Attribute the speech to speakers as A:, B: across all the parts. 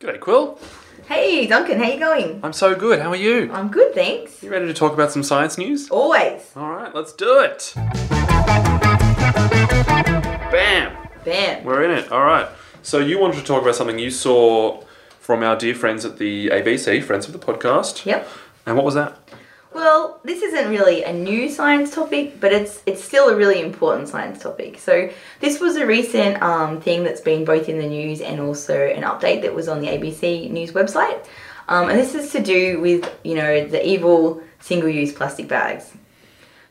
A: G'day, Quill.
B: Hey Duncan, how you going?
A: I'm so good. How are you?
B: I'm good, thanks.
A: You ready to talk about some science news?
B: Always.
A: All right, let's do it. Bam!
B: Bam.
A: We're in it. All right. So you wanted to talk about something you saw from our dear friends at the ABC, friends of the podcast.
B: Yep.
A: And what was that?
B: Well, this isn't really a new science topic, but it's it's still a really important science topic. So this was a recent um, thing that's been both in the news and also an update that was on the ABC news website, um, and this is to do with you know the evil single-use plastic bags.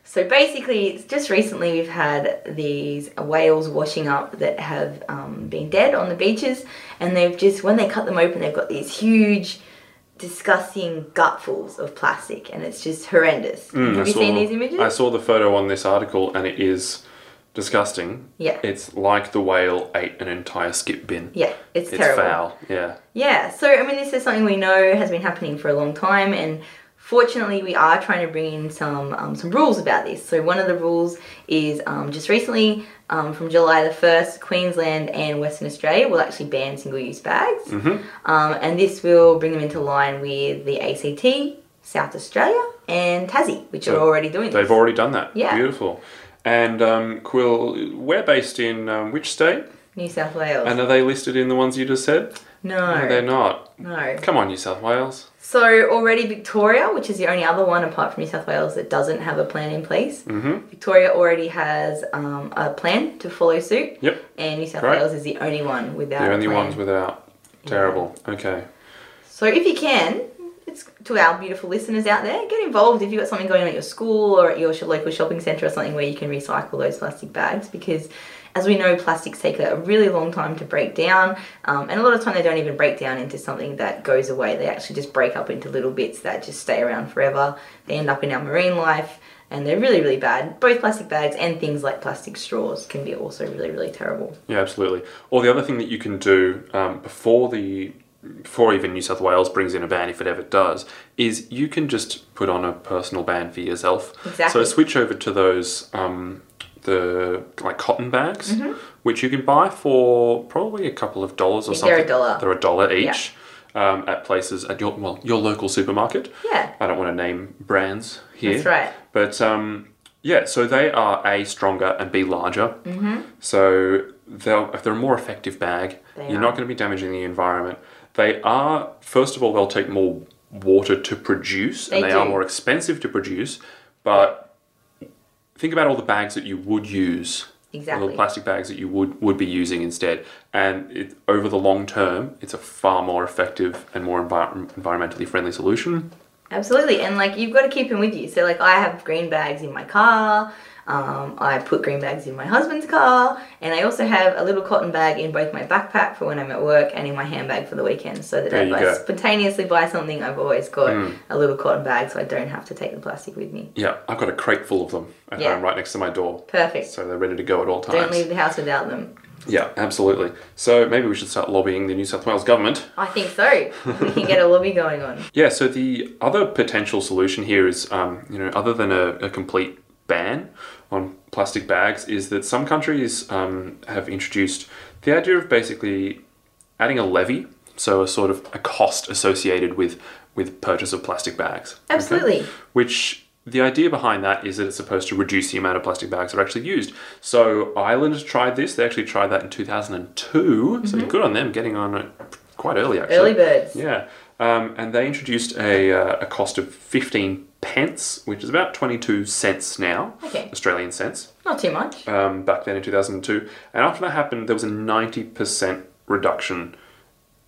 B: So basically, it's just recently we've had these whales washing up that have um, been dead on the beaches, and they've just when they cut them open, they've got these huge, disgusting gutfuls of plastic, and it's just horrendous.
A: Mm,
B: have
A: I
B: you
A: saw-
B: seen these images?
A: I saw the photo on this article, and it is disgusting.
B: Yeah.
A: It's like the whale ate an entire skip bin.
B: yeah, it's,
A: It's
B: terrible.
A: foul. Yeah.
B: Yeah, so I mean, this is something we know has been happening for a long time, and fortunately, we are trying to bring in some um, some rules about this. So one of the rules is um, just recently, um, from July the first, Queensland and Western Australia will actually ban single-use bags,
A: Mm-hmm.
B: um, and this will bring them into line with the ACT, South Australia, and Tassie, which are
A: So
B: already doing this.
A: They've already done that.
B: Yeah.
A: Beautiful. And um, Quill, we're based in um, which state?
B: New South Wales.
A: And are they listed in the ones you just said? No, they're
B: no,
A: not.
B: no.
A: Come on, New South Wales.
B: So already Victoria, which is the only other one apart from New South Wales that doesn't have a plan in place,
A: Mhm.
B: Victoria already has um, a plan to follow suit,
A: Yep.
B: and New South
A: Correct.
B: Wales is the only one without.
A: the only
B: a plan.
A: ones without. Terrible. Okay.
B: So if you can, it's to our beautiful listeners out there, get involved if you've got something going on at your school or at your sh- local shopping centre or something where you can recycle those plastic bags because as we know, plastics take a really long time to break down, um, and a lot of time they don't even break down into something that goes away. They actually just break up into little bits that just stay around forever. They end up in our marine life, and they're really, really bad. Both plastic bags and things like plastic straws can be also really, really terrible.
A: Yeah, absolutely. Or the other thing that you can do um, before the before even New South Wales brings in a ban, if it ever does, is you can just put on a personal ban for yourself. So
B: Exactly.
A: switch over to those um, the like cotton bags,
B: Mm-hmm.
A: which you can buy for probably a couple of dollars or
B: think they're a
A: something.
B: dollar.
A: They're a dollar each. Um, at places at your well your local supermarket.
B: Yeah.
A: I don't want to name brands here.
B: That's right.
A: But um, yeah, so they are a stronger and b larger. Mm-hmm. So they'll if they're a more effective bag,
B: They
A: you're
B: are.
A: not going to be damaging the environment. They are first of all they'll take more water to produce, and
B: They
A: they are
B: do.
A: more expensive to produce. But think about all the bags that you would use.
B: Exactly.
A: Little plastic bags that you would, would be using instead, and it, over the long term, it's a far more effective and more envir- environmentally friendly solution.
B: Absolutely, and like you've got to keep them with you. So like I have green bags in my car. Um, I put green bags in my husband's car, and I also have a little cotton bag in both my backpack for when I'm at work and in my handbag for the weekend. So that
A: There
B: if
A: you
B: I
A: go. Hmm.
B: spontaneously buy something, I've always got a little cotton bag, so I don't have to take the plastic with me.
A: Yeah, I've got a crate full of them at
B: Yeah.
A: home right next to my door.
B: Perfect.
A: So they're ready to go at all times.
B: don't leave the house without them.
A: Yeah, absolutely. So maybe we should start lobbying the New South Wales government.
B: I think so. we can get a lobby going on.
A: Yeah, so the other potential solution here is, um, you know, other than a, a complete ban on plastic bags, is that some countries um, have introduced the idea of basically adding a levy, so a sort of a cost associated with with purchase of plastic bags. okay?
B: Absolutely.
A: Which the idea behind that is that it's supposed to reduce the amount of plastic bags that are actually used. So Ireland tried this. They actually tried that in 2002. So good on them getting on it quite early, actually.
B: Mm-hmm. Early birds.
A: Yeah, um, and they introduced a, uh, a cost of 15 pence, which is about 22 cents now,
B: Okay.
A: Australian cents,
B: Not too much.
A: um, back then in 2002. And after that happened, there was a 90% reduction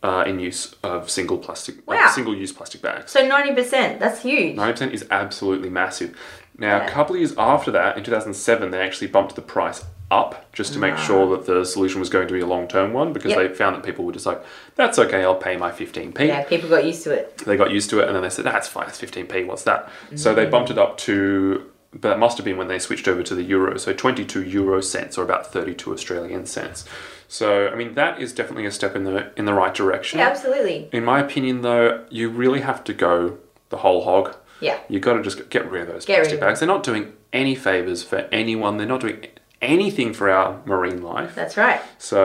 A: uh, in use of single plastic,
B: Wow.
A: single use plastic bags.
B: So ninety percent. That's huge.
A: 90% is absolutely massive. Now, a
B: Yeah.
A: couple of years after that, in 2007, they actually bumped the price up just to make sure that the solution was going to be a long term one because
B: Ah. Yep.
A: they found that people were just like, that's okay, I'll pay my 15p
B: Yeah, people got used to it.
A: they got used to it and then they said that's fine it's 15p what's that so they bumped it
B: Mm.
A: up to but that must have been when they switched over to the euro so 22 euro cents or about 32 australian cents so i mean that is definitely a step in the in the right direction
B: Yeah, absolutely.
A: in my opinion though you really have to go the whole hog
B: Yeah.
A: you got to just get rid of those
B: Get rid
A: plastic
B: of them.
A: bags they're not doing any favors for anyone they're not doing anything for our marine life
B: That's right.
A: so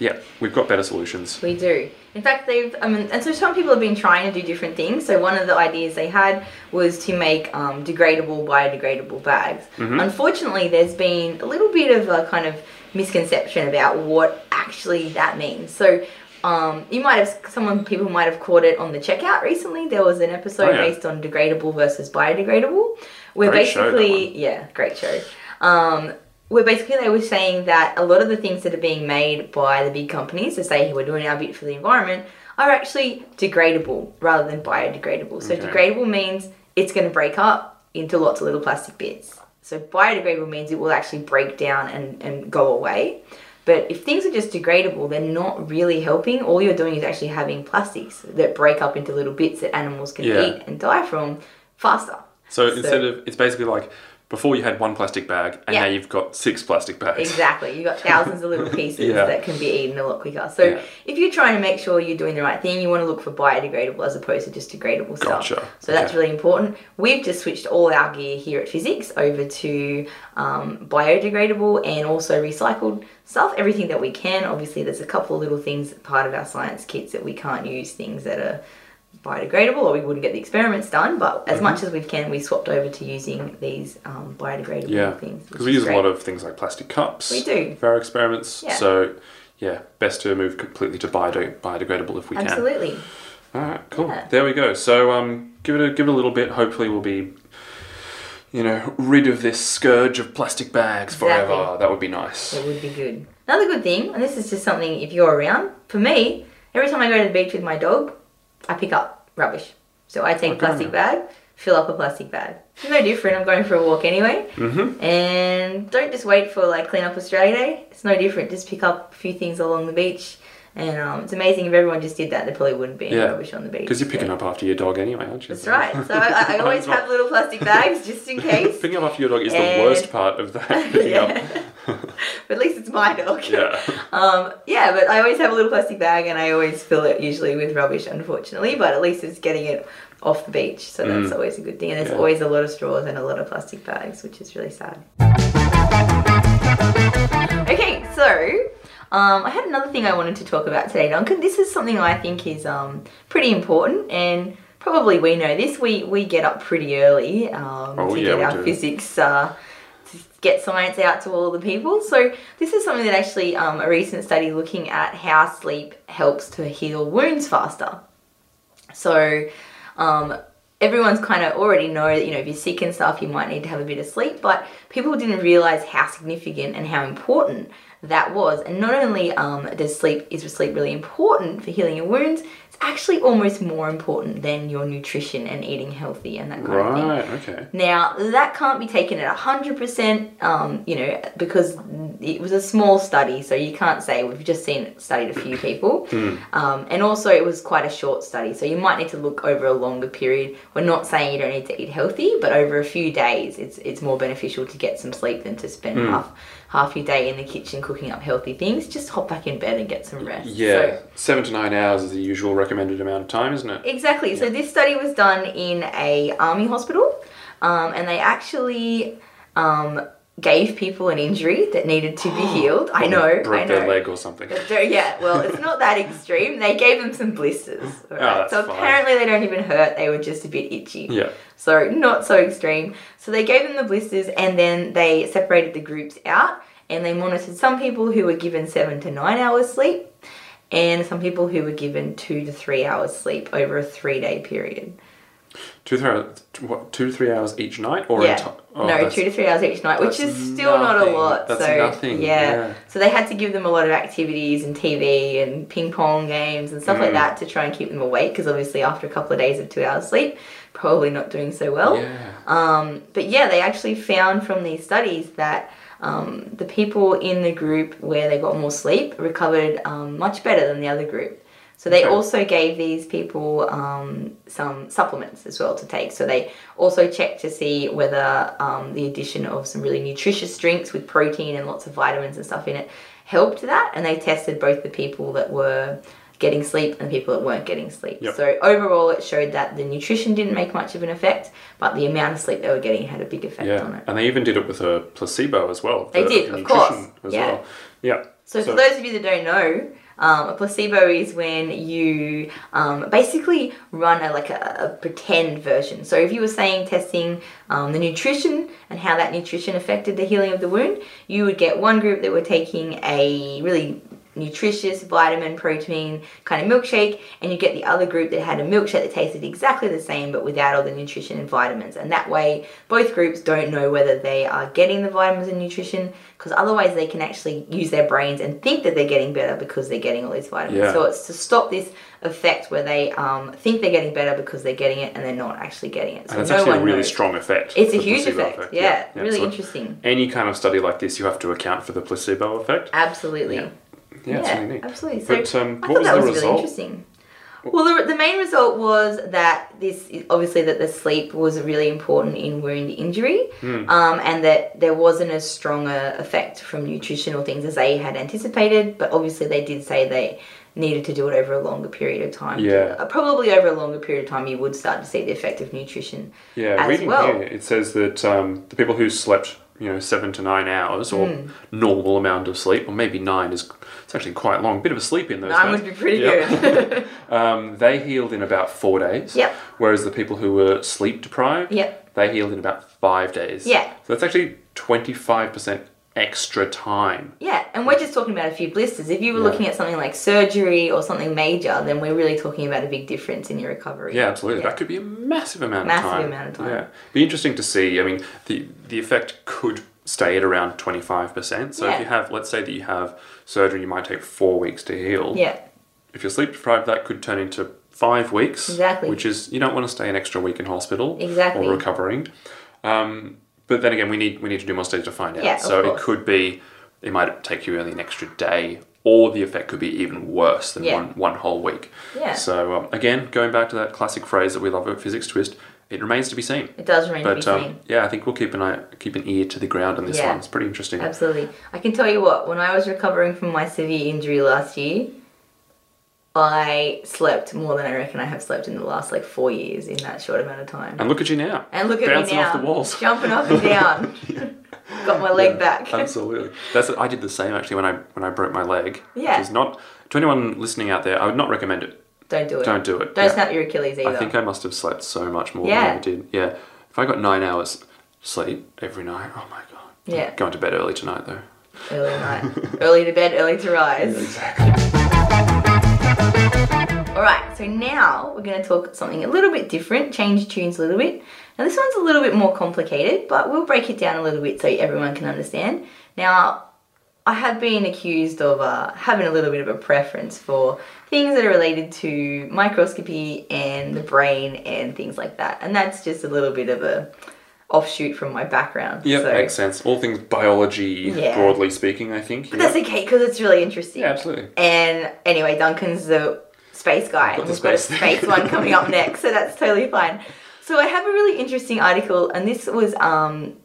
A: yeah, we've got better solutions.
B: We do. In fact, they've, I mean, and so some people have been trying to do different things. So one of the ideas they had was to make um, degradable, biodegradable bags.
A: Mm-hmm.
B: Unfortunately, there's been a little bit of a kind of misconception about what actually that means. So um, you might have, someone, people might have caught it on the checkout recently. There was an episode
A: Oh, yeah.
B: based on degradable versus biodegradable, where
A: Great show, that
B: basically, yeah, great show. Um, where basically they were saying that a lot of the things that are being made by the big companies that say hey, we're doing our bit for the environment are actually degradable rather than biodegradable. So
A: Okay.
B: degradable means it's going to break up into lots of little plastic bits. So biodegradable means it will actually break down and, and go away. But if things are just degradable, they're not really helping. All you're doing is actually having plastics that break up into little bits that animals can
A: Yeah.
B: eat and die from faster.
A: So,
B: So-
A: instead of it's basically like before you had one plastic bag and
B: Yeah.
A: now you've got six plastic bags.
B: Exactly. You've got thousands of little pieces
A: Yeah.
B: that can be eaten a lot quicker. So
A: Yeah.
B: if you're trying to make sure you're doing the right thing, you want to look for biodegradable as opposed to just degradable
A: Gotcha.
B: stuff. So that's
A: Okay.
B: really important. We've just switched all our gear here at Physics over to um, biodegradable and also recycled stuff, everything that we can. Obviously, there's a couple of little things part of our science kits that we can't use, things that are biodegradable or we wouldn't get the experiments done but
A: Mm-hmm.
B: as much as we can we swapped over to using these um, biodegradable
A: Yeah,
B: things
A: because we use a lot of things like plastic cups.
B: We do.
A: for our experiments.
B: Yeah.
A: So, yeah, best to move completely to biode- biodegradable if we can.
B: absolutely
A: All right, cool.
B: Yeah.
A: There we go. So, um, give it a give it a little bit. Hopefully, we'll be, you know, rid of this scourge of plastic bags forever.
B: Exactly.
A: That would be nice.
B: It would be good. Another good thing, and this is just something if you're around, for me, every time I go to the beach with my dog, I pick up rubbish. So I take a
A: Okay.
B: plastic bag, fill up a plastic bag. It's no different, I'm going for a walk anyway.
A: Mhm.
B: And don't just wait for like Clean Up Australia Day. It's no different, just pick up a few things along the beach. And um, it's amazing if everyone just did that, there probably wouldn't be any
A: Yeah.
B: rubbish on the beach.
A: Because you're picking up after your dog anyway, aren't you?
B: That's right. So I, I always have little plastic bags just in case.
A: Picking up after your dog is
B: And-
A: the worst part of that. Picking up.
B: but at least it's my dog.
A: Yeah.
B: Um, yeah, but I always have a little plastic bag and I always fill it usually with rubbish, unfortunately, but at least it's getting it off the beach, so that's always a good thing. And there's
A: Mm. Yeah.
B: always a lot of straws and a lot of plastic bags, which is really sad. Okay, so um, I had another thing I wanted to talk about today, Duncan. This is something I think is um, pretty important and probably we know this. We, we get up pretty early um,
A: Oh,
B: to
A: yeah,
B: get
A: we
B: our
A: do.
B: physics. Uh, get science out to all the people. So this is something that actually um, a recent study looking at how sleep helps to heal wounds faster. So um, everyone's kind of already know that you know if you're sick and stuff, you might need to have a bit of sleep. But people didn't realize how significant and how important that was. And not only um, does sleep is sleep really important for healing your wounds, it's actually almost more important than your nutrition and eating healthy and that kind of thing.
A: right. Okay.
B: Now that can't be taken at hundred percent, um, you know, because it was a small study, so you can't say we've just seen studied a few people, um, and also it was quite a short study, so you might need to look over a longer period. We're not saying you don't need to eat healthy, but over a few days, it's it's more beneficial to get some sleep than to spend half half your day in the kitchen cooking up healthy things. Just hop back in bed and get some rest.
A: Yeah.
B: So-
A: Seven to nine hours is the usual recommended amount of time, isn't it?
B: Exactly. So this study was done in a army hospital, um, and they actually um, gave people an injury that needed to be healed. I know.
A: Broke
B: I know.
A: their leg or something.
B: But they're- yeah, well, it's not that extreme. They gave them some blisters. all right?
A: Oh, that's
B: so
A: fine.
B: apparently they don't even hurt. They were just a bit itchy.
A: Yeah.
B: So not so extreme. So they gave them the blisters and then they separated the groups out and they monitored some people who were given seven to nine hours sleep and some people who were given two to three hours sleep over a three day period.
A: Two three hours, what, two to three hours each night, or
B: yeah.
A: enti- oh,
B: no,
A: that's-
B: two to three hours each night, which is
A: that's
B: still not a
A: nothing.
B: lot.
A: That's
B: so
A: nothing, yeah.
B: So they had to give them a lot of activities and TV and ping pong games and stuff like
A: Mm.
B: that to try and keep them awake because obviously after a couple of days of two hours sleep, probably not doing so well.
A: Yeah.
B: Um, but yeah, they actually found from these studies that um, the people in the group where they got more sleep recovered um, much better than the other group. So they
A: Okay.
B: also gave these people um, some supplements as well to take. So they also checked to see whether um, the addition of some really nutritious drinks with protein and lots of vitamins and stuff in it helped that. And they tested both the people that were getting sleep and the people that weren't getting sleep.
A: Yep.
B: So overall, it showed that the nutrition didn't make much of an effect, but the amount of sleep they were getting had a big effect on
A: Yeah,
B: it.
A: and they even did it with a placebo as well.
B: They
A: the-
B: did,
A: the
B: of course.
A: nutrition As
B: Yeah.
A: well. Yeah.
B: So,
A: So-
B: for those of you that don't know, um, a placebo is when you um, basically run a, like a, a pretend version. So if you were saying testing um, the nutrition and how that nutrition affected the healing of the wound, you would get one group that were taking a really nutritious vitamin protein kind of milkshake and you get the other group that had a milkshake that tasted exactly the same but without all the nutrition and vitamins and that way both groups don't know whether they are getting the vitamins and nutrition because otherwise they can actually use their brains and think that they're getting better because they're getting all these vitamins
A: Yeah.
B: so it's to stop this effect where they um, think they're getting better because they're getting it and they're not actually getting it so
A: And it's
B: no
A: actually a
B: one
A: really
B: knows.
A: strong effect.
B: it's a
A: the
B: huge
A: placebo
B: effect, yeah, really
A: so
B: interesting
A: Any kind of study like this, you have to account for the placebo effect.
B: absolutely
A: Yeah. Yeah, it's really neat.
B: absolutely. So
A: But um,
B: I
A: what
B: thought
A: was
B: that
A: the
B: was really
A: result?
B: interesting. Well, the, the main result was that this obviously that the sleep was really important in wound injury,
A: Hmm.
B: um, and that there wasn't as strong a effect from nutritional things as they had anticipated. But obviously, they did say they needed to do it over a longer period of time.
A: Yeah.
B: Uh, probably over a longer period of time, you would start to see the effect of nutrition.
A: yeah,
B: as
A: reading
B: well.
A: here, it says that um, the people who slept, you know, seven to nine hours or
B: Hmm.
A: normal amount of sleep, or maybe nine is it's actually quite long. Bit of a sleep in those.
B: Nine
A: days.
B: would be pretty
A: Yep.
B: good.
A: Um, they healed in about four days.
B: Yep.
A: Whereas the people who were sleep deprived,
B: Yep.
A: they healed in about five days.
B: Yeah.
A: So that's actually 25% extra time.
B: Yeah, and we're just talking about a few blisters. If you were
A: Yeah.
B: looking at something like surgery or something major, then we're really talking about a big difference in your recovery.
A: Yeah, absolutely.
B: Yeah.
A: That could be a massive amount
B: Massive
A: of time.
B: amount of time.
A: Yeah. Be interesting to see. I mean, the, the effect could stay at around 25%. So
B: Yeah.
A: if you have, let's say that you have surgery, you might take four weeks to heal.
B: Yeah,
A: If you're sleep deprived, that could turn into five weeks.
B: Exactly.
A: Which is you don't want to stay an extra week in hospital.
B: Exactly.
A: Or recovering. Um, but then again, we need we need to do more studies to find out.
B: Yeah, of
A: so it
B: course.
A: could be it might take you only an extra day, or the effect could be even worse than
B: Yeah.
A: one one whole week.
B: Yeah.
A: So um, again, going back to that classic phrase that we love at Physics Twist, it remains to be seen.
B: it does remain to be
A: But
B: seen.
A: um, yeah, I think we'll keep an eye, keep an ear to the ground on this
B: Yeah.
A: one. It's pretty interesting.
B: Absolutely. I can tell you what, when I was recovering from my severe injury last year, I slept more than I reckon I have slept in the last like four years in that short amount of time.
A: And look at you now.
B: And look at
A: bouncing
B: me now,
A: off the walls.
B: jumping up and down. Got my leg
A: Yeah,
B: back.
A: absolutely. That's I did the same actually when I when I broke my leg.
B: Yeah.
A: Which is not to anyone listening out there. I would not recommend it.
B: Don't do it.
A: Don't do it.
B: Don't
A: Yeah.
B: snap your Achilles either.
A: I think I must have slept so much more
B: Yeah.
A: than I did. Yeah. If I got nine hours sleep every night, oh my god.
B: Yeah.
A: Going to bed early tonight though.
B: early night. early to bed, early to rise. All right, so now we're going to talk something a little bit different, change tunes a little bit. Now, this one's a little bit more complicated, but we'll break it down a little bit so everyone can understand. Now, I have been accused of uh, having a little bit of a preference for things that are related to microscopy and the brain and things like that, and that's just a little bit of a offshoot from my background.
A: Yeah.
B: so,
A: Makes sense. All things biology,
B: Yeah.
A: broadly speaking, I think.
B: but
A: yeah.
B: that's okay because it's really interesting.
A: yeah, absolutely.
B: And anyway, Duncan's the space guy, and
A: the
B: we've got a
A: space
B: space
A: thing.
B: one coming up next, so that's totally fine. So I have a really interesting article, and this was um,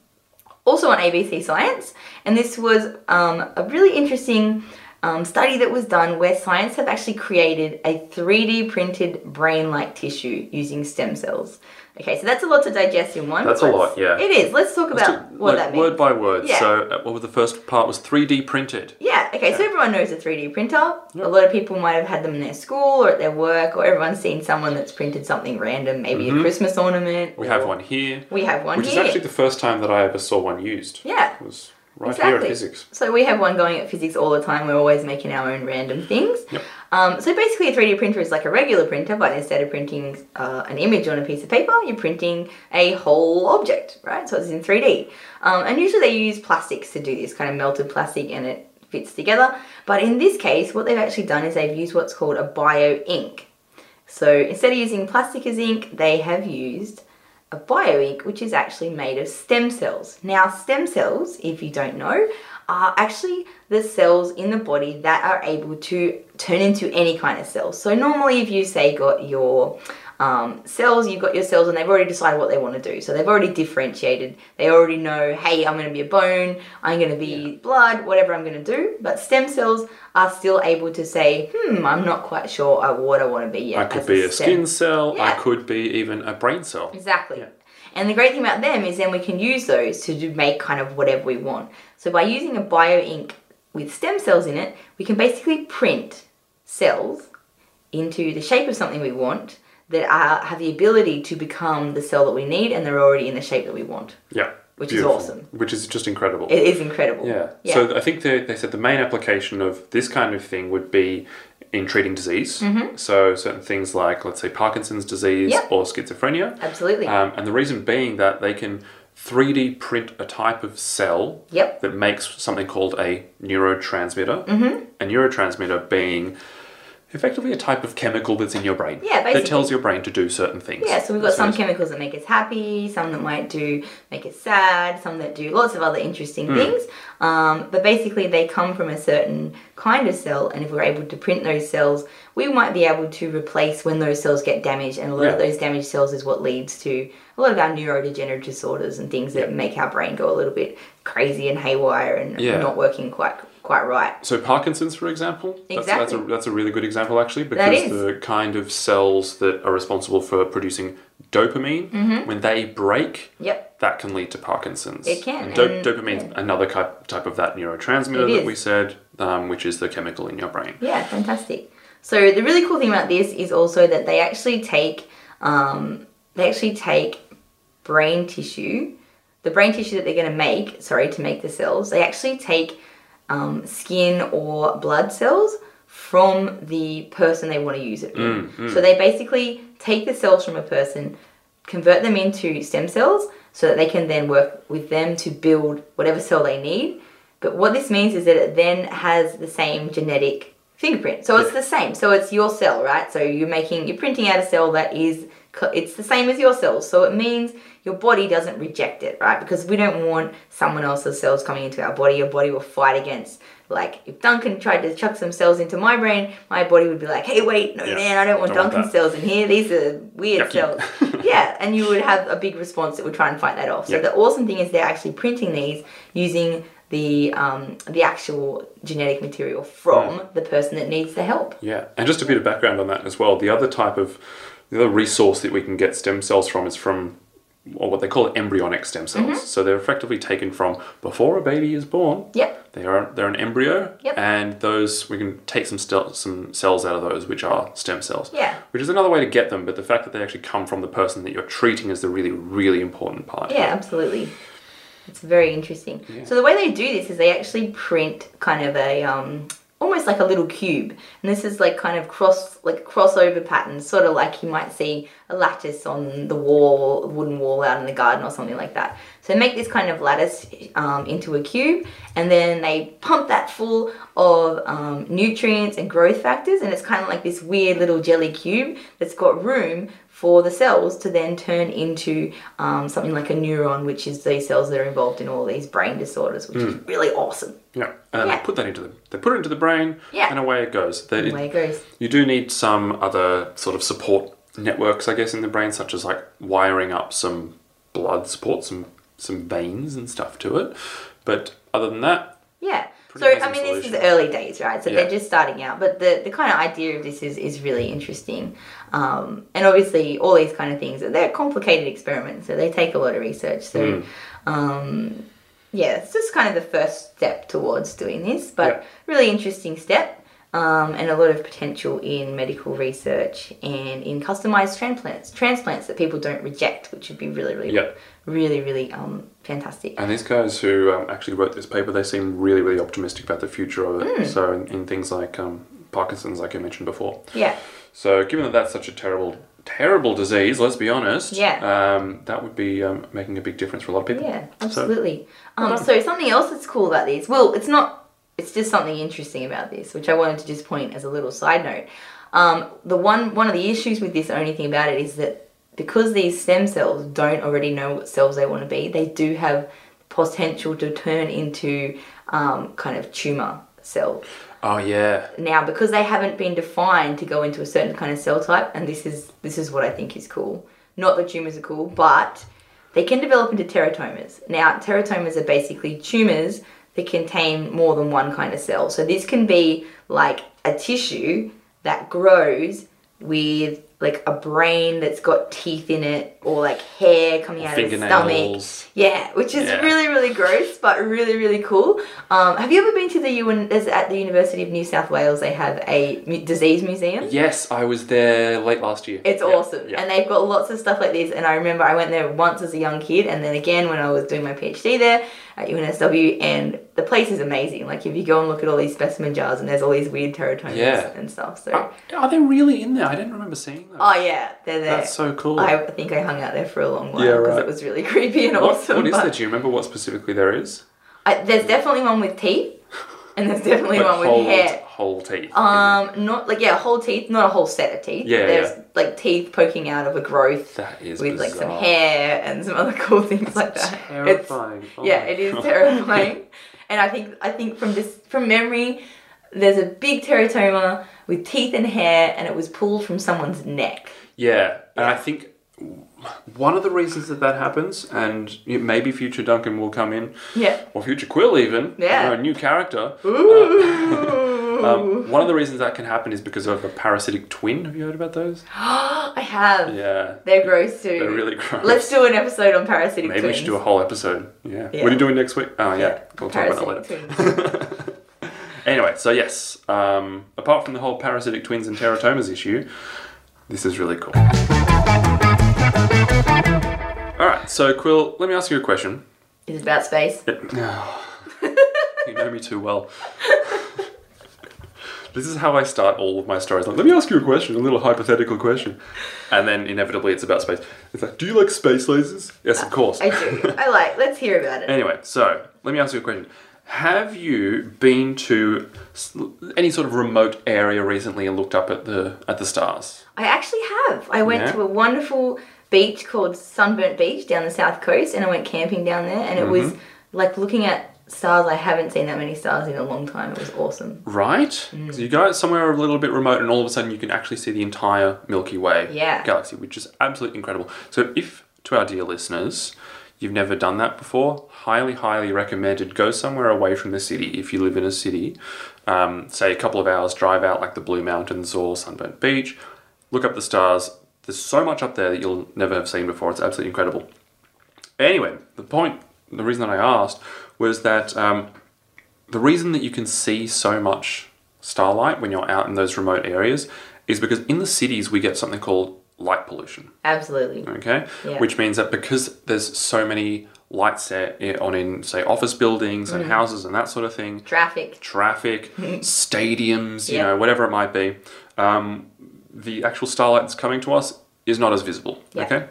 B: also on ABC Science, and this was um, a really interesting um, study that was done where science have actually created a 3D printed brain-like tissue using stem cells. Okay, so that's a lot to digest in one.
A: That's a
B: Let's-
A: lot, yeah.
B: It is. Let's talk about what
A: like,
B: that means.
A: word by word.
B: Yeah.
A: So uh, what was the first part was 3D printed.
B: Yeah, okay, so everyone knows a 3D printer. A lot of people might have had them in their school or at their work, or everyone's seen someone that's printed something random, maybe a Christmas ornament.
A: We
B: or-
A: have one here.
B: We have one
A: Mm-hmm. Which
B: here.
A: is actually the first time that I ever saw one used.
B: yeah,
A: It was right here at
B: exactly.
A: physics.
B: So we have one going at physics all the time. We're always making our own random things. Um, so basically, a 3D printer is like a regular printer, but instead of printing uh, an image on a piece of paper, you're printing a whole object, right? So it's in 3D. Um, and usually they use plastics to do this, kind of melted plastic, and it fits together. But in this case, what they've actually done is they've used what's called a bio ink. So instead of using plastic as ink, they have used a bio ink, which is actually made of stem cells. Now, stem cells, if you don't know, are actually the cells in the body that are able to turn into any kind of cell. So normally, if you say got your um, cells, you've got your cells, and they've already decided what they want to do. So they've already differentiated. They already know, hey, I'm going to be a bone, I'm going to be blood, whatever I'm going to do. But stem cells are still able to say, hmm, I'm not quite sure uh, what I want to be yet.
A: I could
B: as
A: be a
B: stem.
A: skin cell. I
B: Yeah.
A: could be even a brain cell.
B: Exactly. And the great thing about them is then we can use those to do, make kind of whatever we want. So by using a bio ink with stem cells in it, we can basically print cells into the shape of something we want that are, have the ability to become the cell that we need and they're already in the shape that we want.
A: Yeah.
B: Which is awesome.
A: Which is just incredible.
B: It is incredible.
A: yeah.
B: Yeah.
A: So I think they, they said the main application of this kind of thing would be in treating disease. So certain things like, let's say, Parkinson's disease
B: Mm-hmm. Yep.
A: or schizophrenia.
B: Absolutely.
A: Um, and the reason being that they can 3D print a type of cell
B: Yep.
A: that makes something called a neurotransmitter. Mm-hmm. A neurotransmitter being effectively a type of chemical that's in your brain that
B: Yeah, basically.
A: tells your brain to do certain things.
B: yeah, so we've got some
A: it's-
B: chemicals that make us happy, some that might do make us sad, some that do lots of other interesting
A: Hmm.
B: things. Um, but basically, they come from a certain kind of cell, and if we're able to print those cells, we might be able to replace when those cells get damaged. And a lot of
A: Yeah.
B: those damaged cells is what leads to a lot of our neurodegenerative disorders and things that make our brain go a little bit crazy and haywire and
A: Yeah.
B: not working quite quite right.
A: So Parkinson's, for example, that's, that's, a,
B: Exactly.
A: that's a really good example actually,
B: That
A: because
B: is.
A: the kind of cells that are responsible for producing dopamine, when they break,
B: Yep.
A: that can lead to Parkinson's.
B: Mm-hmm. It can,
A: And dop-
B: and-
A: dopamine's another ki- type of that neurotransmitter
B: It
A: that
B: is.
A: we said, um, which is the chemical in your brain.
B: Yeah, fantastic. So the really cool thing about this is also that they actually take um, they actually take brain tissue, the brain tissue that they're going to make, sorry, to make the cells. They actually take um, skin or blood cells from the person they want to use it. in. So they basically take the cells from a person, convert them into stem cells, so that they can then work with them to build whatever cell they need. But what this means is that it then has the same genetic fingerprint. So it's the same. So it's your cell, right? So you're making you're printing out a cell that is co- it's the same as your cells. So it means your body doesn't reject it, right? Because we don't want someone else's cells coming into our body. Your body will fight against like if Duncan tried to chuck some cells into my brain, my body would be like, "Hey, wait, no,
A: Yeah.
B: man, I don't want
A: Don't want
B: Duncan's
A: that.
B: cells in here. These are weird
A: Yucky.
B: cells." yeah, and you would have a big response that would try and fight that off. So
A: Yeah.
B: the awesome thing is they're actually printing these using the um, the actual genetic material from the person that needs the help.
A: Yeah, and just a bit of background on that as well. The other type of the other resource that we can get stem cells from is from or what they call embryonic stem cells.
B: Mm-hmm.
A: So they're effectively taken from before a baby is born.
B: Yep.
A: They are they're an embryo,
B: Yep.
A: and those we can take some stel- some cells out of those, which are stem cells.
B: Yeah.
A: which is another way to get them. But the fact that they actually come from the person that you're treating is the really really important part.
B: Yeah, absolutely. It's very interesting. So the way they do this is they actually print kind of a um, almost like a little cube, and this is like kind of cross like crossover patterns, sort of like you might see a lattice on the wall, wooden wall out in the garden or something like that. So they make this kind of lattice um, into a cube, and then they pump that full of um, nutrients and growth factors, and it's kind of like this weird little jelly cube that's got room for the cells to then turn into um, something like a neuron, which is these cells that are involved in all these brain disorders, which is really awesome.
A: yeah. And then
B: Yeah.
A: they put that into them. They put it into the brain,
B: Yeah.
A: and away it goes. They,
B: Away it goes.
A: You do need some other sort of support networks, I guess, in the brain, such as like wiring up some blood support, some some veins and stuff to it. But other than that,
B: Yeah.
A: Pretty
B: so I
A: amazing
B: mean, this is
A: solution.
B: early days, right? So they're
A: Yeah.
B: just starting out, but the the kind of idea of this is is really interesting, um, and obviously all these kind of things they're complicated experiments, so they take a lot of research.
A: Mm.
B: So. Um, yeah, it's just kind of the first step towards doing this, but
A: Yeah.
B: really interesting step um, and a lot of potential in medical research and in customized transplants, transplants that people don't reject, which would be really, really,
A: Yeah. Uh,
B: really, really um, fantastic.
A: and these guys who um, actually wrote this paper, they seem really, really optimistic about the future of
B: Mm.
A: it. So in, in things like um, Parkinson's, like I mentioned before.
B: Yeah,
A: So given that that's such a terrible, terrible disease, let's be honest.
B: Yeah.
A: Um, that would be um, making a big difference for a lot of people.
B: yeah,
A: So-
B: absolutely. um, so something else that's cool about these, well, it's not, it's just something interesting about this, which I wanted to just point as a little side note. Um, the one one of the issues with this only thing about it is that because these stem cells don't already know what cells they want to be, they do have potential to turn into um, kind of tumor cells
A: oh yeah.
B: now because they haven't been defined to go into a certain kind of cell type and this is this is what i think is cool not that tumors are cool but they can develop into teratomas now teratomas are basically tumors that contain more than one kind of cell so this can be like a tissue that grows with like a brain that's got teeth in it or like hair coming out of the stomach.
A: Fingernails.
B: Yeah, which is
A: Yeah.
B: really really gross, but really really cool. Um, have you ever been to the UN? Is at the University of New South Wales? They have a mu- disease museum.
A: Yes, I was there late last year.
B: It's
A: Yeah,
B: awesome.
A: yeah.
B: And they've got lots of stuff like this. And I remember I went there once as a young kid and then again when I was doing my PhD there at UNSW and the place is amazing. Like if you go and look at all these specimen jars and there's all these weird teratomas
A: Yeah.
B: and stuff. So
A: Are, are they really in there? I didn't remember seeing them.
B: Oh yeah, they're there.
A: That's so cool.
B: I think I hung out there for a long while
A: Yeah,
B: because
A: right.
B: it was really creepy and
A: What-
B: awesome.
A: what is
B: but
A: there? Do you remember what specifically there is?
B: I, there's definitely one with teeth and there's definitely
A: Like
B: one with
A: whole,
B: hair.
A: whole teeth.
B: Um, not like yeah, whole teeth, not a whole set of teeth.
A: Yeah,
B: there's
A: yeah.
B: like teeth poking out of a growth.
A: that is
B: with like some
A: bizarre.
B: hair and some other cool things like
A: It's
B: that.
A: terrifying.
B: It's,
A: Oh
B: yeah,
A: my
B: it is
A: God.
B: terrifying. and I think I think from this from memory, there's a big teratoma with teeth and hair, and it was pulled from someone's neck.
A: Yeah, and I think one of the reasons that that happens, and you know, maybe future Duncan will come in,
B: Yeah.
A: or future Quill even, you
B: Yeah.
A: know, a new character.
B: Ooh.
A: Um, one of the reasons that can happen is because of a parasitic twin. Have you heard about those?
B: I have.
A: Yeah,
B: They're gross too.
A: they're really gross.
B: Let's do an episode on parasitic
A: Maybe we
B: twins.
A: should do a whole episode. Yeah.
B: Yeah.
A: What are you doing next week? Oh, yeah.
B: Yeah,
A: We'll talk about
B: parasitic
A: that later. anyway, so yes, um, apart from the whole parasitic twins and teratomas issue, this is really cool. All right, so Quill, let me ask you a question.
B: It's about space.
A: you know me too well. This is how I start all of my stories. Like, let me ask you a question, a little hypothetical question. And then inevitably it's about space. It's like, do you like space lasers? Yes, of course.
B: Uh, I do. I like. Let's hear about it.
A: Anyway, so let me ask you a question. Have you been to s- any sort of remote area recently and looked up at the at the stars?
B: I actually have. I went
A: Yeah.
B: to a wonderful beach called Sunburnt Beach down the south coast, and I went camping down there, and it was
A: Mm-hmm.
B: like looking at stars. I haven't seen that many stars in a long time. It was awesome.
A: Right? So you go somewhere a little bit remote and all of a sudden you can actually see the entire Milky Way
B: Yeah.
A: galaxy, which is absolutely incredible. So if to our dear listeners, you've never done that before, highly, highly recommended. Go somewhere away from the city if you live in a city. Um, say a couple of hours drive out like the Blue Mountains or Sunburnt Beach. Look up the stars. There's so much up there that you'll never have seen before. It's absolutely incredible. Anyway, the point, the reason that I asked was that um, the reason that you can see so much starlight when you're out in those remote areas is because in the cities we get something called light pollution,
B: Absolutely.
A: okay?
B: Yeah.
A: Which means that because there's so many lights set i- on in, say, office buildings and houses and that sort of thing,
B: Traffic.
A: traffic, stadiums, you
B: Hmm. Yeah.
A: know, whatever it might be, um, the actual starlight that's coming to us is not as visible.
B: Yeah.
A: Okay.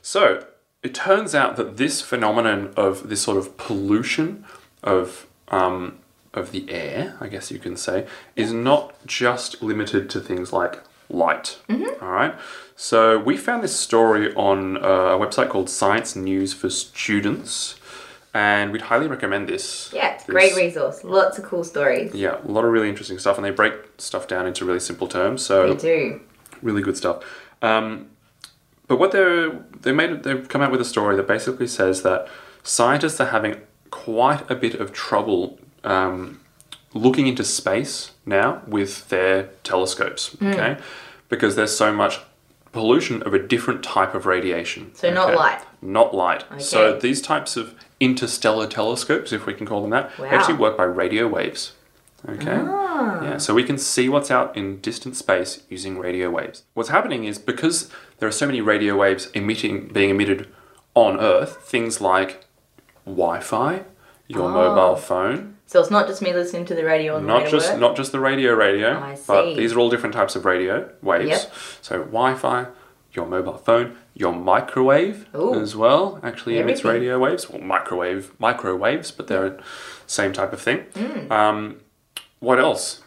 A: So it turns out that this phenomenon of this sort of pollution of um, of the air, I guess you can say, is not just limited to things like light.
B: Mm-hmm.
A: All right. So we found this story on uh, a website called Science News for Students, and we'd highly recommend this.
B: Yeah, it's a
A: this-
B: great resource. Lots of cool stories.
A: yeah, a lot of really interesting stuff, and they break stuff down into really simple terms.
B: They
A: So
B: do.
A: really good stuff. Um, but what they're they made they've come out with a story that basically says that scientists are having quite a bit of trouble um, looking into space now with their telescopes.
B: Hmm.
A: Okay, because there's so much pollution of a different type of radiation.
B: So not
A: okay?
B: light.
A: Not light. So
B: Okay.
A: these types of interstellar telescopes, if we can call them that, they
B: Wow. Ah.
A: actually work by radio waves. Okay. Yeah, so we can see what's out in distant space using radio waves. What's happening is because there are so many radio waves emitting being emitted on Earth, things like Wi-Fi, your mobile phone,
B: So it's not just me listening to the radio on the way
A: not
B: to
A: just
B: work.
A: not just the radio radio,
B: I
A: but
B: see.
A: these are all different types of radio waves.
B: Yep.
A: So Wi-Fi, your mobile phone, your microwave
B: Ooh.
A: as well actually emits
B: Everything.
A: radio waves. Well, microwave microwaves, but they're same type of thing.
B: Hmm.
A: Um, what else?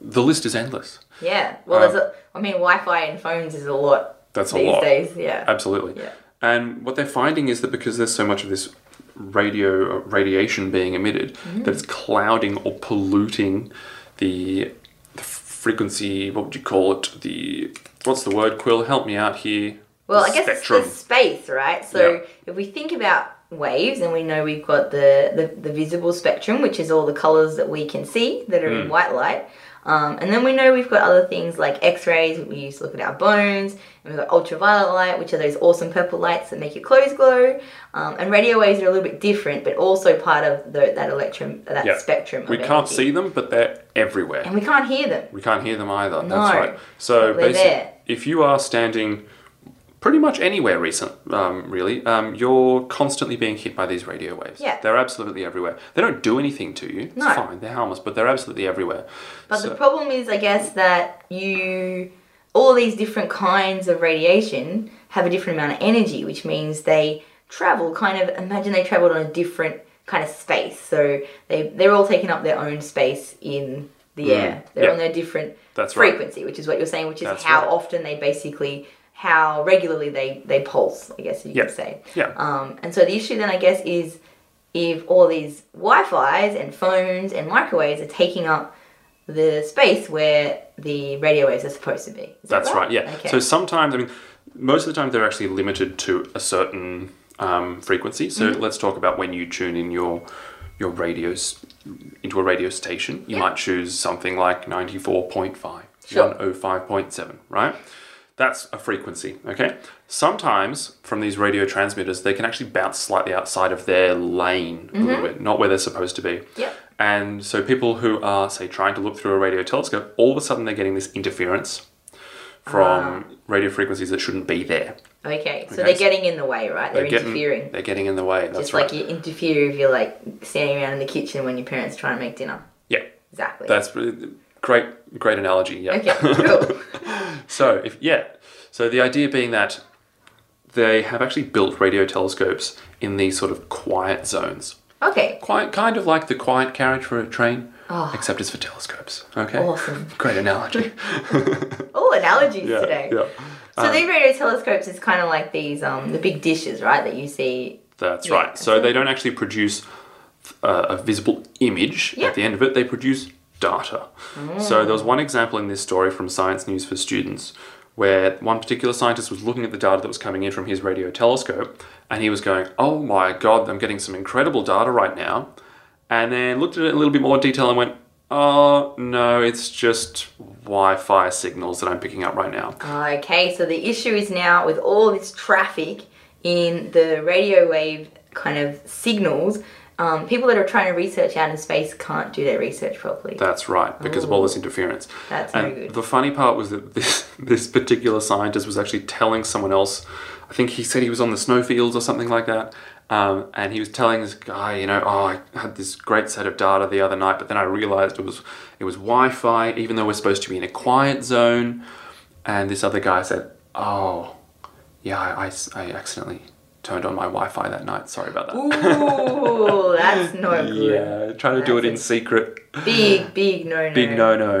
A: The list is endless.
B: yeah. Well,
A: Um,
B: there's a. I mean, Wi-Fi and phones is a lot.
A: That's a
B: these
A: lot.
B: days. Yeah.
A: Absolutely.
B: Yeah.
A: And what they're finding is that because there's so much of this radio uh, radiation being emitted,
B: Mm-hmm.
A: that it's clouding or polluting the, the frequency. What would you call it? The what's the word? Quill, help me out here.
B: Well,
A: The
B: I guess
A: spectrum.
B: it's the space, right? So
A: Yeah.
B: if we think about waves, and we know we've
A: Mm.
B: got the, the, the visible spectrum, which is all the colors that we can see that are in white light, Um, and then we know we've got other things like X-rays we use to look at our bones, and we've got ultraviolet light, which are those awesome purple lights that make your clothes glow, um, and radio waves are a little bit different, but also part of the, that electrum that
A: Yeah.
B: spectrum. Of
A: We can't
B: energy.
A: see them, but they're everywhere.
B: and we can't hear them.
A: We can't hear them either.
B: No.
A: That's right. So
B: We're
A: basically,
B: there.
A: if you are standing pretty much anywhere recent, um, really, um, you're constantly being hit by these radio waves.
B: Yeah.
A: They're absolutely everywhere. They don't do anything to you. It's
B: No.
A: fine. They're harmless, but they're absolutely everywhere.
B: But
A: So-
B: the problem is, I guess, that you all these different kinds of radiation have a different amount of energy, which means they travel kind of imagine they traveled on a different kind of space. So they they're all taking up their own space in the air. They're
A: Mm. yeah.
B: on their different
A: That's right.
B: frequency, which is what you're saying, which is
A: That's
B: how
A: right.
B: often they basically how regularly they they pulse, I guess you
A: Yeah.
B: could say.
A: Yeah.
B: Um, and so the issue then, I guess, is if all these Wi-Fi's and phones and microwaves are taking up the space where the radio waves are supposed to be. Is that
A: That's right. Yeah.
B: Okay.
A: So sometimes, I mean, most of the time they're actually limited to a certain um, frequency. So
B: Mm-hmm.
A: let's talk about when you tune in your your radios into a radio station. You
B: Yeah.
A: might choose something like ninety four point five,
B: Sure.
A: one oh five point seven, right? That's a frequency, okay? Sometimes from these radio transmitters, they can actually bounce slightly outside of their lane a
B: Mm-hmm.
A: little bit, not where they're supposed to be.
B: Yep.
A: And so people who are, say, trying to look through a radio telescope, all of a sudden they're getting this interference from
B: Ah.
A: radio frequencies that shouldn't be there.
B: okay. So
A: Okay,
B: they're
A: so-
B: getting in the way, right? They're,
A: getting,
B: interfering.
A: They're getting in the way. That's
B: Just
A: right.
B: like you interfere if you're like standing around in the kitchen when your parents try and make dinner.
A: yeah,
B: Exactly.
A: that's really- great. Great analogy. Yeah.
B: okay. Cool.
A: so if yeah, so the idea being that they have actually built radio telescopes in these sort of quiet zones.
B: okay.
A: Quiet, kind of like the quiet carriage for a train,
B: Oh.
A: except it's for telescopes. Okay.
B: Awesome.
A: Great analogy.
B: All analogies
A: yeah.
B: today.
A: Yeah. um,
B: So these radio telescopes is kind of like these um the big dishes, right? That you see.
A: That's
B: Yeah.
A: right. So they don't actually produce uh, a visible image
B: Yeah. Mm.
A: at the end of it, they produce data. So there was one example in this story from Science News for Students where one particular scientist was looking at the data that was coming in from his radio telescope and he was going, Oh my god, I'm getting some incredible data right now. And then looked at it in a little bit more detail and went, Oh no, it's just Wi Fi signals that I'm picking up right now.
B: Okay. So the issue is now with all this traffic in the radio wave kind of signals, um, people that are trying to research out in space can't do their research properly.
A: That's right, because of all this interference.
B: That's
A: and
B: very good.
A: The funny part was that this this particular scientist was actually telling someone else. I think he said he was on the snowfields or something like that, um, and he was telling this guy, you know, oh, I had this great set of data the other night, but then I realized it was it was Wi-Fi, even though we're supposed to be in a quiet zone. And this other guy said, oh, yeah, I, I s- I accidentally turned on my Wi-Fi that night. Sorry about that.
B: Ooh, that's no good.
A: Yeah, trying to do it
B: That's
A: in secret.
B: Big, big no no.
A: Big no-no.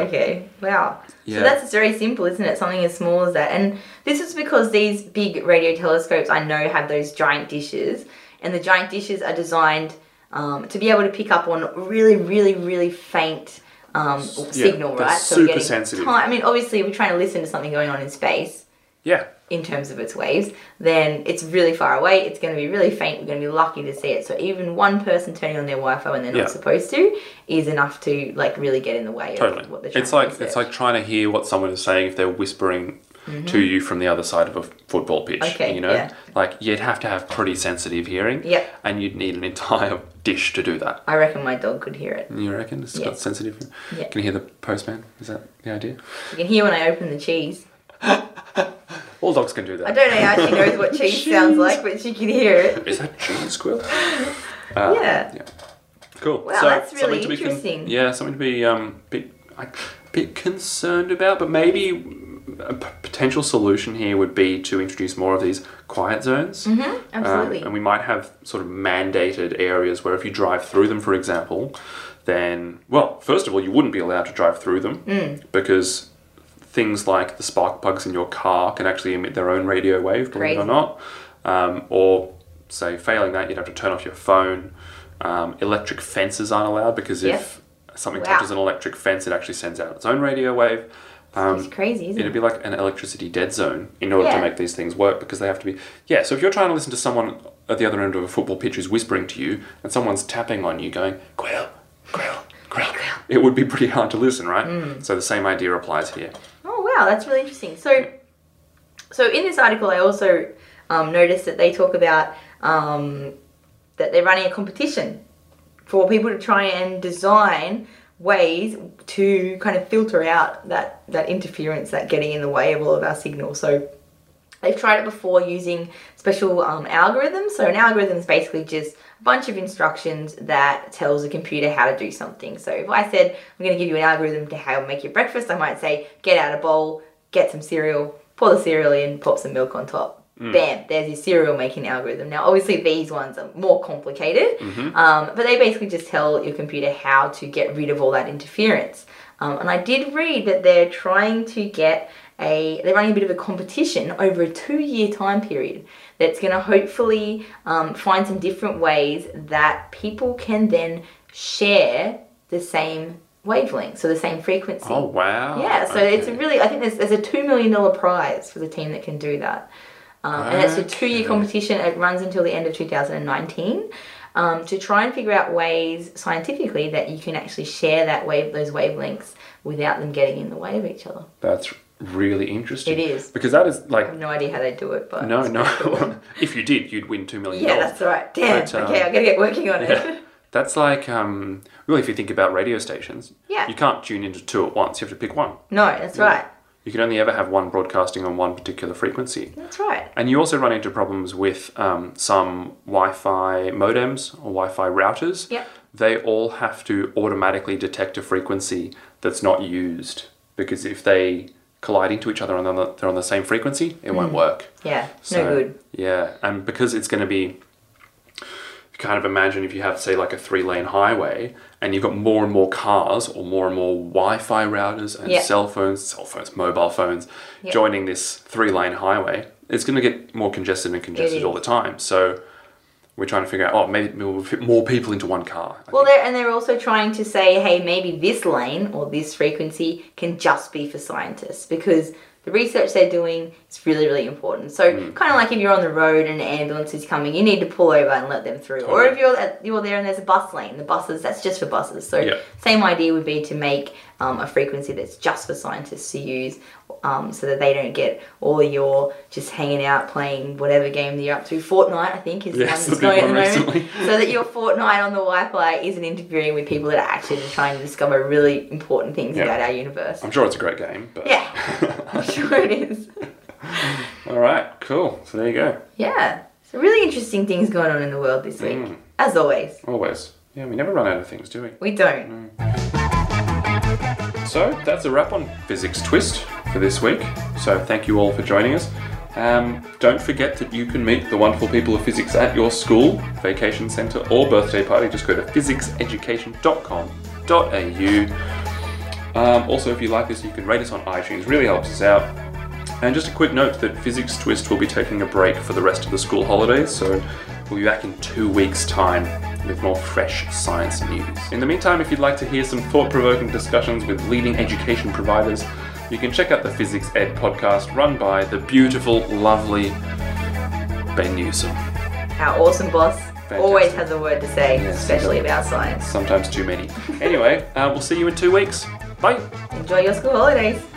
A: Yeah.
B: okay. Wow.
A: Yeah.
B: So that's very simple, isn't it? Something as small as that. And this is because these big radio telescopes I know have those giant dishes, and the giant dishes are designed um, to be able to pick up on really, really, really faint um, signal,
A: they're
B: right?
A: super
B: we're getting
A: sensitive.
B: Time. I mean, obviously, if we're trying to listen to something going on in space.
A: Yeah,
B: in terms of its waves, then it's really far away. It's going to be really faint. We're going to be lucky to see it. So even one person turning on their Wi-Fi when they're not
A: Yeah.
B: supposed to is enough to like really get in the way
A: totally.
B: of what they're trying
A: It's
B: to
A: like
B: research. Mm-hmm.
A: it's like trying to hear what someone is saying if they're whispering to you from the other side of a f- football pitch.
B: Okay,
A: you know,
B: yeah.
A: like you'd have to have pretty sensitive hearing.
B: Yep.
A: and you'd need an entire dish to do that.
B: I reckon my dog could hear it.
A: You reckon it's
B: Yeah.
A: got sensitive? hearing?
B: Yeah.
A: Can you hear the postman? Is that the idea?
B: You can hear when I open the cheese.
A: All dogs can do that.
B: I don't know how she knows what cheese sounds like, but she can hear it.
A: Is that cheese squirrel? Uh,
B: yeah.
A: Cool.
B: Wow, that's
A: something
B: really
A: to be con-
B: interesting.
A: yeah, something to be um bit like, bit concerned about, but maybe a p- potential solution here would be to introduce more of these quiet zones. Mm-hmm,
B: absolutely.
A: and we might have sort of mandated areas where if you drive through them, for example, then well, first of all, you wouldn't be allowed to drive through them
B: Mm.
A: because things like the spark plugs in your car can actually emit their own radio wave, believe it or
B: Crazy.
A: not. Um, or say, failing that, you'd have to turn off your phone. Um, electric fences aren't allowed because if something
B: Wow.
A: touches an electric fence, it actually sends out its own radio wave. Um,
B: It's crazy, isn't
A: It'd
B: it?
A: be like an electricity dead zone in order to
B: Yeah.
A: make these things work because they have to be. Yeah, so if you're trying to listen to someone at the other end of a football pitch who's whispering to you and someone's tapping on you going, Quail, Quail, Quail, it would be pretty hard to listen, right?
B: Mm.
A: So the same idea applies here.
B: Oh wow, that's really interesting. So, so in this article, I also um, noticed that they talk about um, that they're running a competition for people to try and design ways to kind of filter out that that interference that getting in the way of all of our signals. So. They've tried it before using special um, algorithms. So an algorithm is basically just a bunch of instructions that tells the computer how to do something. So if I said I'm going to give you an algorithm to how to make your breakfast, I might say get out a bowl, get some cereal, pour the cereal in, pop some milk on top. Bam! There's your cereal making algorithm. Now, obviously, these ones are more complicated, um, but they basically just tell your computer how to get rid of all that interference. Um, and I did read that they're trying to get a they're running a bit of a competition over a two year time period that's going to hopefully um, find some different ways that people can then share the same wavelength, so the same frequency.
A: Oh wow!
B: Yeah, so it's a
A: Okay.
B: really I think there's, there's a two million dollar prize for the team that can do that. Um, and it's a two year
A: Okay.
B: competition. It runs until the end of 2019 um, to try and figure out ways scientifically that you can actually share that wave those wavelengths without them getting in the way of each other.
A: that's really interesting.
B: It is.
A: because that is like
B: I have no idea how they do it, but
A: no, no. if you did, you'd win two million
B: yeah,
A: dollars.
B: that's right. Damn.
A: But, um,
B: okay, I'm gonna get working on it.
A: That's like, um, really, if you think about radio stations,
B: Yeah.
A: you can't tune into two at once. You have to pick one.
B: no, that's right.
A: You can only ever have one broadcasting on one particular frequency.
B: That's right.
A: And you also run into problems with um, some Wi Fi modems or Wi Fi routers.
B: Yep.
A: They all have to automatically detect a frequency that's not used because if they collide into each other and they're on the- they're on the same frequency, it won't work.
B: Yeah,
A: So,
B: no good.
A: Yeah, and because it's going to be, you kind of imagine if you have, say, like a three lane highway and you've got more and more cars or more and more Wi Fi routers and
B: Yeah.
A: cell phones, cell phones, mobile phones
B: Yeah.
A: joining this three lane highway, it's going to get more congested and congested
B: is.
A: all the time. So we're trying to figure out, oh, maybe we'll fit more people into one car. I
B: Well,
A: think.
B: they're, and they're also trying to say, hey, maybe this lane or this frequency can just be for scientists because the research they're doing is really, really important. So,
A: Hmm.
B: kind of like if you're on the road and an ambulance is coming, you need to pull over and let them through. Or
A: Totally.
B: if you're at, you're there and there's a bus lane, the buses that's just for buses. So,
A: Yeah.
B: same idea would be to make um, a frequency that's just for scientists to use. Um, so that they don't get all your just hanging out playing whatever game that you're up to. Fortnite, I think, is
A: Yes,
B: the
A: the
B: one that's going
A: big
B: at the
A: one
B: moment
A: recently.
B: so that your Fortnite on the Wi-Fi isn't interfering with people that are actually trying to discover really important things
A: Yeah.
B: about our universe.
A: I'm sure it's a great game, but.
B: Yeah, I'm sure it is.
A: All right, cool. So there you go.
B: Yeah, so really interesting things going on in the world this week,
A: Mm.
B: as always.
A: Always. Yeah, we never run out of things, do we?
B: We don't.
A: So that's a wrap on Physics Twist for this week. So thank you all for joining us. Um, don't forget that you can meet the wonderful people of physics at your school, vacation centre, or birthday party. Just go to physicseducation.com.au. Um, also, if you like this, you can rate us on iTunes. Really helps us out. And just a quick note that Physics Twist will be taking a break for the rest of the school holidays, so we'll be back in two weeks' time with more fresh science news. In the meantime, if you'd like to hear some thought provoking discussions with leading education providers, you can check out the Physics Ed podcast run by the beautiful, lovely Ben Newsom.
B: Our awesome boss always
A: Mm. Fantastic.
B: has a word to say,
A: Yes.
B: especially about science.
A: Sometimes too many. Anyway, uh, we'll see you in two weeks. Bye!
B: Enjoy your school holidays.